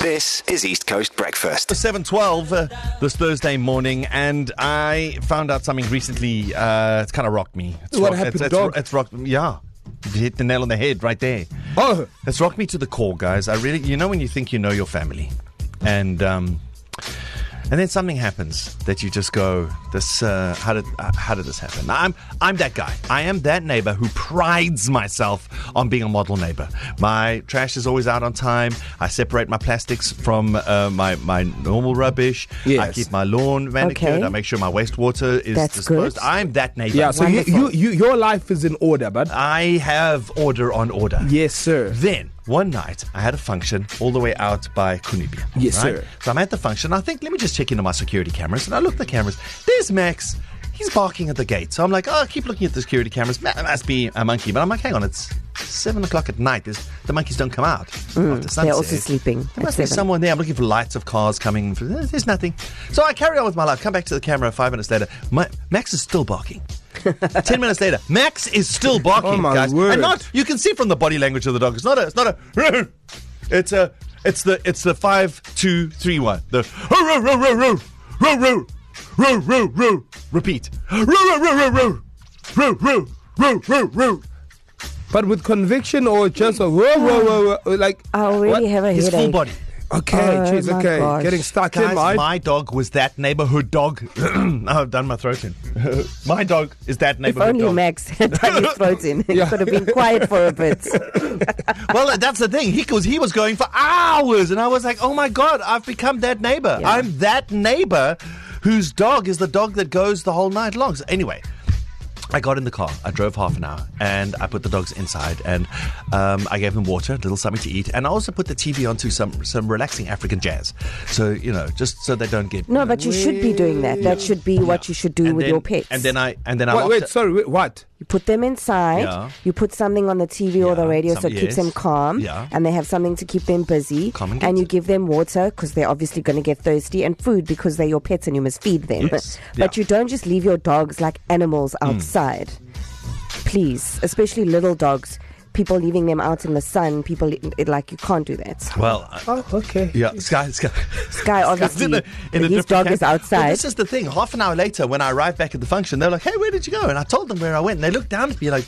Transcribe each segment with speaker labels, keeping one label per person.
Speaker 1: This is East Coast Breakfast.
Speaker 2: 7.12 uh, this Thursday morning, and I found out something recently. Uh, it's kind of rocked me. It's
Speaker 3: What
Speaker 2: rocked-
Speaker 3: happened,
Speaker 2: it's, it's,
Speaker 3: dog?
Speaker 2: It's rocked Yeah. You hit the nail on the head right there.
Speaker 3: Oh,
Speaker 2: It's rocked me to the core, guys. I really, you know, when you think you know your family, and um, and then something happens that you just go, "This, uh, how did uh, how did this happen?" I'm I'm that guy. I am that neighbor who prides myself on being a model neighbor. My trash is always out on time. I separate my plastics from uh, my my normal rubbish. I
Speaker 3: Yes.
Speaker 2: keep my lawn manicured.
Speaker 4: Okay.
Speaker 2: I make sure my wastewater is
Speaker 4: That's
Speaker 2: disposed.
Speaker 4: good.
Speaker 2: I'm that neighbor.
Speaker 3: yeah. So you, you, you, your life is in order, but
Speaker 2: I have order on order.
Speaker 3: yes, sir.
Speaker 2: Then one night I had a function all the way out by Kunibia.
Speaker 3: Yes, sir.
Speaker 2: So I'm at the function. I think let me just check into my security cameras. And I look at the cameras. There's Max. He's barking at the gate. So I'm like, oh, I keep looking at the security cameras. Ma- must be a monkey. But I'm like, hang on, it's seven o'clock at night. There's, the monkeys don't come out. after
Speaker 4: Mm, they're also
Speaker 2: sunset.
Speaker 4: sleeping
Speaker 2: There
Speaker 4: at
Speaker 2: must be
Speaker 4: seven.
Speaker 2: someone there. I'm looking for lights of cars coming. There's nothing. So I carry on with my life. Come back to the camera five minutes later. My, Max is still barking. Ten minutes later, Max is still barking,
Speaker 3: Oh, my
Speaker 2: guys.
Speaker 3: word.
Speaker 2: And not you can see from the body language of the dog. It's not a. It's not a. It's a. It's the. It's the five two three one. The. Roo, roo, roo, roo, roo, roo, roo, roo, roo. Repeat. Roo, roo, roo, roo, roo, roo, roo, roo, roo, roo.
Speaker 3: But with conviction or just a whoa, whoa, whoa, whoa like
Speaker 4: I already
Speaker 3: what?
Speaker 4: have a
Speaker 2: His
Speaker 4: headache.
Speaker 2: full body.
Speaker 3: Okay,
Speaker 4: Oh,
Speaker 3: jeez,
Speaker 4: my
Speaker 3: okay,
Speaker 4: gosh.
Speaker 3: getting stuck in
Speaker 2: Guys,
Speaker 3: my.
Speaker 2: my dog was that neighborhood dog. Now I've done my throat in. my dog is that
Speaker 4: If
Speaker 2: neighborhood
Speaker 4: only
Speaker 2: dog.
Speaker 4: Max had done his throat in. He could have been quiet for a bit.
Speaker 2: well, that's the thing. He was he was going for hours, and I was like, "Oh my god, I've become that neighbor.
Speaker 4: Yeah.
Speaker 2: I'm that neighbor whose dog is the dog that goes the whole night long." So anyway. I got in the car. I drove half an hour, and I put the dogs inside, and um, I gave them water, a little something to eat, and I also put the TV onto some some relaxing African jazz. So you know, just so they don't get
Speaker 4: No, but you should be doing that. That should be what you should do
Speaker 2: And
Speaker 4: with
Speaker 2: then-
Speaker 4: your pets.
Speaker 2: And then I and then I
Speaker 3: Wait,
Speaker 2: locked
Speaker 3: wait,
Speaker 2: it-
Speaker 3: sorry, wait, what?
Speaker 4: you put them inside.
Speaker 2: Yeah.
Speaker 4: You put something on the TV or the
Speaker 2: Yeah,
Speaker 4: radio so
Speaker 2: some-
Speaker 4: it
Speaker 2: yes.
Speaker 4: keeps them calm.
Speaker 2: Yeah.
Speaker 4: And they have something to keep them busy.
Speaker 2: Come and
Speaker 4: and
Speaker 2: get
Speaker 4: you
Speaker 2: it.
Speaker 4: give them water because they're obviously going to get thirsty and food because they're your pets and you must feed them.
Speaker 2: Yes,
Speaker 4: but
Speaker 2: yeah. Mm.
Speaker 4: you don't just leave your dogs like animals outside. Please, especially little dogs. People leaving them out in the sun. People it, like you can't do that.
Speaker 2: well, I-
Speaker 3: Oh, okay.
Speaker 2: yeah, Sky, Sky,
Speaker 4: Sky obviously
Speaker 2: in a, in a
Speaker 4: his
Speaker 2: different
Speaker 4: dog is
Speaker 2: camp. Well,
Speaker 4: outside.
Speaker 2: this is the thing. Half an hour later, when I arrived back at the function, they're like, "Hey, where did you go?" And I told them where I went, and they looked down at me like,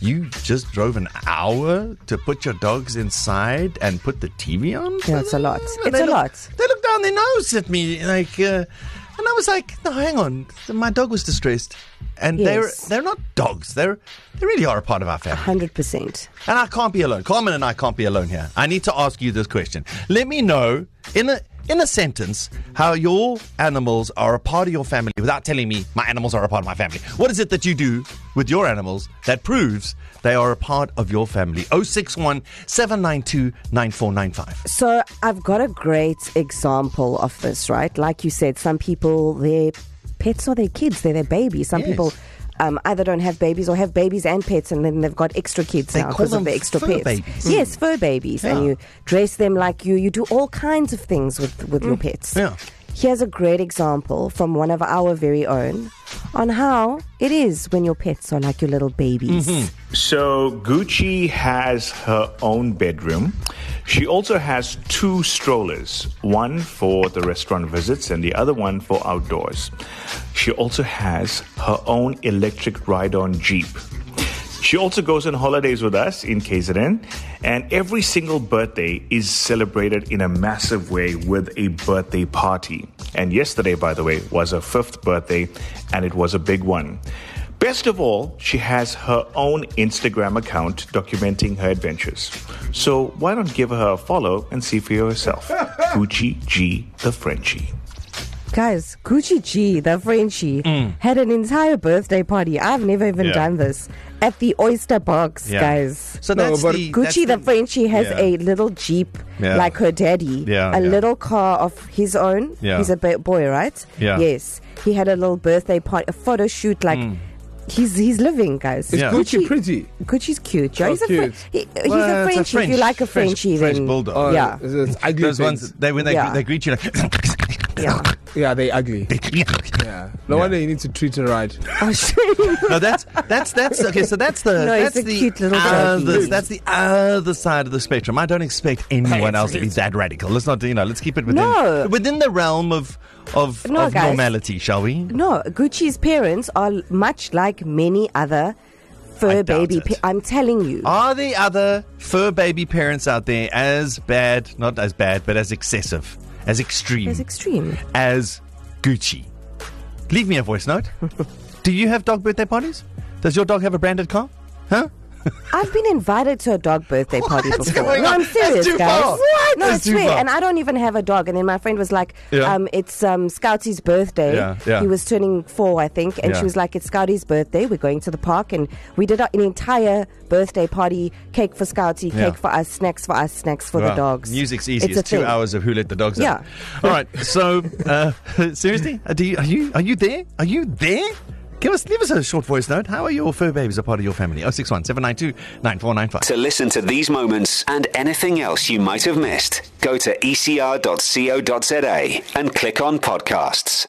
Speaker 2: "You just drove an hour to put your dogs inside and put the TV on."
Speaker 4: Yeah, it's a lot.
Speaker 2: And
Speaker 4: It's
Speaker 2: they
Speaker 4: a
Speaker 2: look-
Speaker 4: lot.
Speaker 2: They looked down their nose at me like, uh, and I was like, "No, hang on. My dog was distressed." And they're
Speaker 4: Yes.
Speaker 2: they're not dogs. They're they really are a part of our family.
Speaker 4: Hundred percent.
Speaker 2: And I can't be alone. Carmen and I can't be alone here. I need to ask you this question. Let me know in a in a sentence how your animals are a part of your family without telling me my animals are a part of my family. What is it that you do with your animals that proves they are a part of your family? 061 792 9495.
Speaker 4: So I've got a great example of this, right? Like you said, some people their pets are their kids, they're their babies. Some
Speaker 2: Yes.
Speaker 4: people um, either don't have babies or have babies and pets, and then they've got extra kids
Speaker 2: They
Speaker 4: now
Speaker 2: call
Speaker 4: because of
Speaker 2: them
Speaker 4: the extra
Speaker 2: fur
Speaker 4: pets.
Speaker 2: babies. Hmm.
Speaker 4: Yes, fur babies, and
Speaker 2: Yeah.
Speaker 4: you dress them like you. You do all kinds of things with with your pets.
Speaker 2: Hmm. Yeah.
Speaker 4: Here's a great example from one of our very own on how it is when your pets are like your little babies.
Speaker 2: Mm-hmm.
Speaker 5: So Gucci has her own bedroom. She also has two strollers, one for the restaurant visits and the other one for outdoors. She also has her own electric ride on Jeep. She also goes on holidays with us in KZN, and every single birthday is celebrated in a massive way with a birthday party. And yesterday, by the way, was her fifth birthday, and it was a big one. Best of all, she has her own Instagram account documenting her adventures. So why not give her a follow and see for yourself? Gucci G the Frenchie.
Speaker 4: Guys, Gucci G, the Frenchie, had an entire birthday party. I've never even
Speaker 2: Mm. Yeah.
Speaker 4: done this at the Oyster Box, guys.
Speaker 2: So
Speaker 3: No,
Speaker 2: that's
Speaker 3: but
Speaker 2: the, that's
Speaker 4: Gucci the Frenchie has
Speaker 2: Yeah.
Speaker 4: a little Jeep
Speaker 2: Yeah.
Speaker 4: like her daddy,
Speaker 2: Yeah,
Speaker 4: a
Speaker 2: yeah.
Speaker 4: little car of his own.
Speaker 2: Yeah.
Speaker 4: He's a ba- boy, right?
Speaker 2: Yeah. Mm.
Speaker 4: Yes. He had a little birthday party, a photo shoot. Like, he's he's living, guys.
Speaker 3: Is
Speaker 2: Yeah.
Speaker 3: Gucci pretty?
Speaker 4: Gucci's cute. Yeah,
Speaker 3: Oh,
Speaker 4: he's, a
Speaker 3: cute.
Speaker 4: Fre- he- he's
Speaker 2: Well, it's a
Speaker 4: a Frenchie. If
Speaker 2: French-
Speaker 4: you like a
Speaker 2: French-
Speaker 4: Frenchie,
Speaker 2: French
Speaker 4: then.
Speaker 2: bulldog.
Speaker 3: Oh,
Speaker 4: Yeah.
Speaker 3: It's, it's ugly.
Speaker 2: Those
Speaker 3: things.
Speaker 2: ones, they, when they,
Speaker 4: Yeah.
Speaker 2: they greet you like.
Speaker 4: Yeah.
Speaker 3: Yeah, they ugly. Yeah. No wonder you need to treat her right.
Speaker 4: Oh, shit.
Speaker 2: No, that's that's that's okay. So that's the
Speaker 4: No, it's
Speaker 2: that's
Speaker 4: a
Speaker 2: the
Speaker 4: cute little doggy.
Speaker 2: other- that's the other side of the spectrum. I don't expect anyone else to be that radical. Let's not you know. Let's keep it within
Speaker 4: No.
Speaker 2: within the realm of of,
Speaker 4: No,
Speaker 2: of
Speaker 4: guys.
Speaker 2: normality, shall we?
Speaker 4: No, Gucci's parents are l- much like many other fur
Speaker 2: I doubt
Speaker 4: baby.
Speaker 2: it.
Speaker 4: Pa- I'm telling you.
Speaker 2: Are the other fur baby parents out there as bad? Not as bad, but as excessive, as extreme,
Speaker 4: It's extreme.
Speaker 2: as Gucci? Leave me a voice note. Do you have dog birthday parties? Does your dog have a branded car? Huh?
Speaker 4: I've been invited to a dog birthday party
Speaker 2: What's
Speaker 4: before.
Speaker 2: going
Speaker 4: no,
Speaker 2: on?
Speaker 4: I'm
Speaker 2: That's
Speaker 4: serious,
Speaker 2: too
Speaker 4: guys.
Speaker 2: far. What?
Speaker 4: No,
Speaker 2: That's
Speaker 4: it's
Speaker 2: too
Speaker 4: fair.
Speaker 2: far.
Speaker 4: And I don't even have a dog. And then my friend was like,
Speaker 2: Yeah.
Speaker 4: um, "It's um, Scoutie's birthday.
Speaker 2: Yeah, yeah.
Speaker 4: He was turning four, I think." And
Speaker 2: Yeah.
Speaker 4: she was like, "It's Scoutie's birthday. We're going to the park." And we did a- an entire birthday party: cake for Scoutie, cake
Speaker 2: Yeah.
Speaker 4: for us, snacks for us, snacks for
Speaker 2: Wow.
Speaker 4: the dogs.
Speaker 2: Ah, Music's easy. It's,
Speaker 4: a
Speaker 2: two
Speaker 4: thing.
Speaker 2: hours of who let the dogs out.
Speaker 4: Yeah.
Speaker 2: All right. So uh, seriously, uh, do you, are you are you there? Are you there? Give us leave us a short voice note. How are your fur babies a part of your family? Oh six one seven nine two nine four nine five.
Speaker 1: To listen to these moments and anything else E you might have missed, go to ecr.co.za and click on podcasts.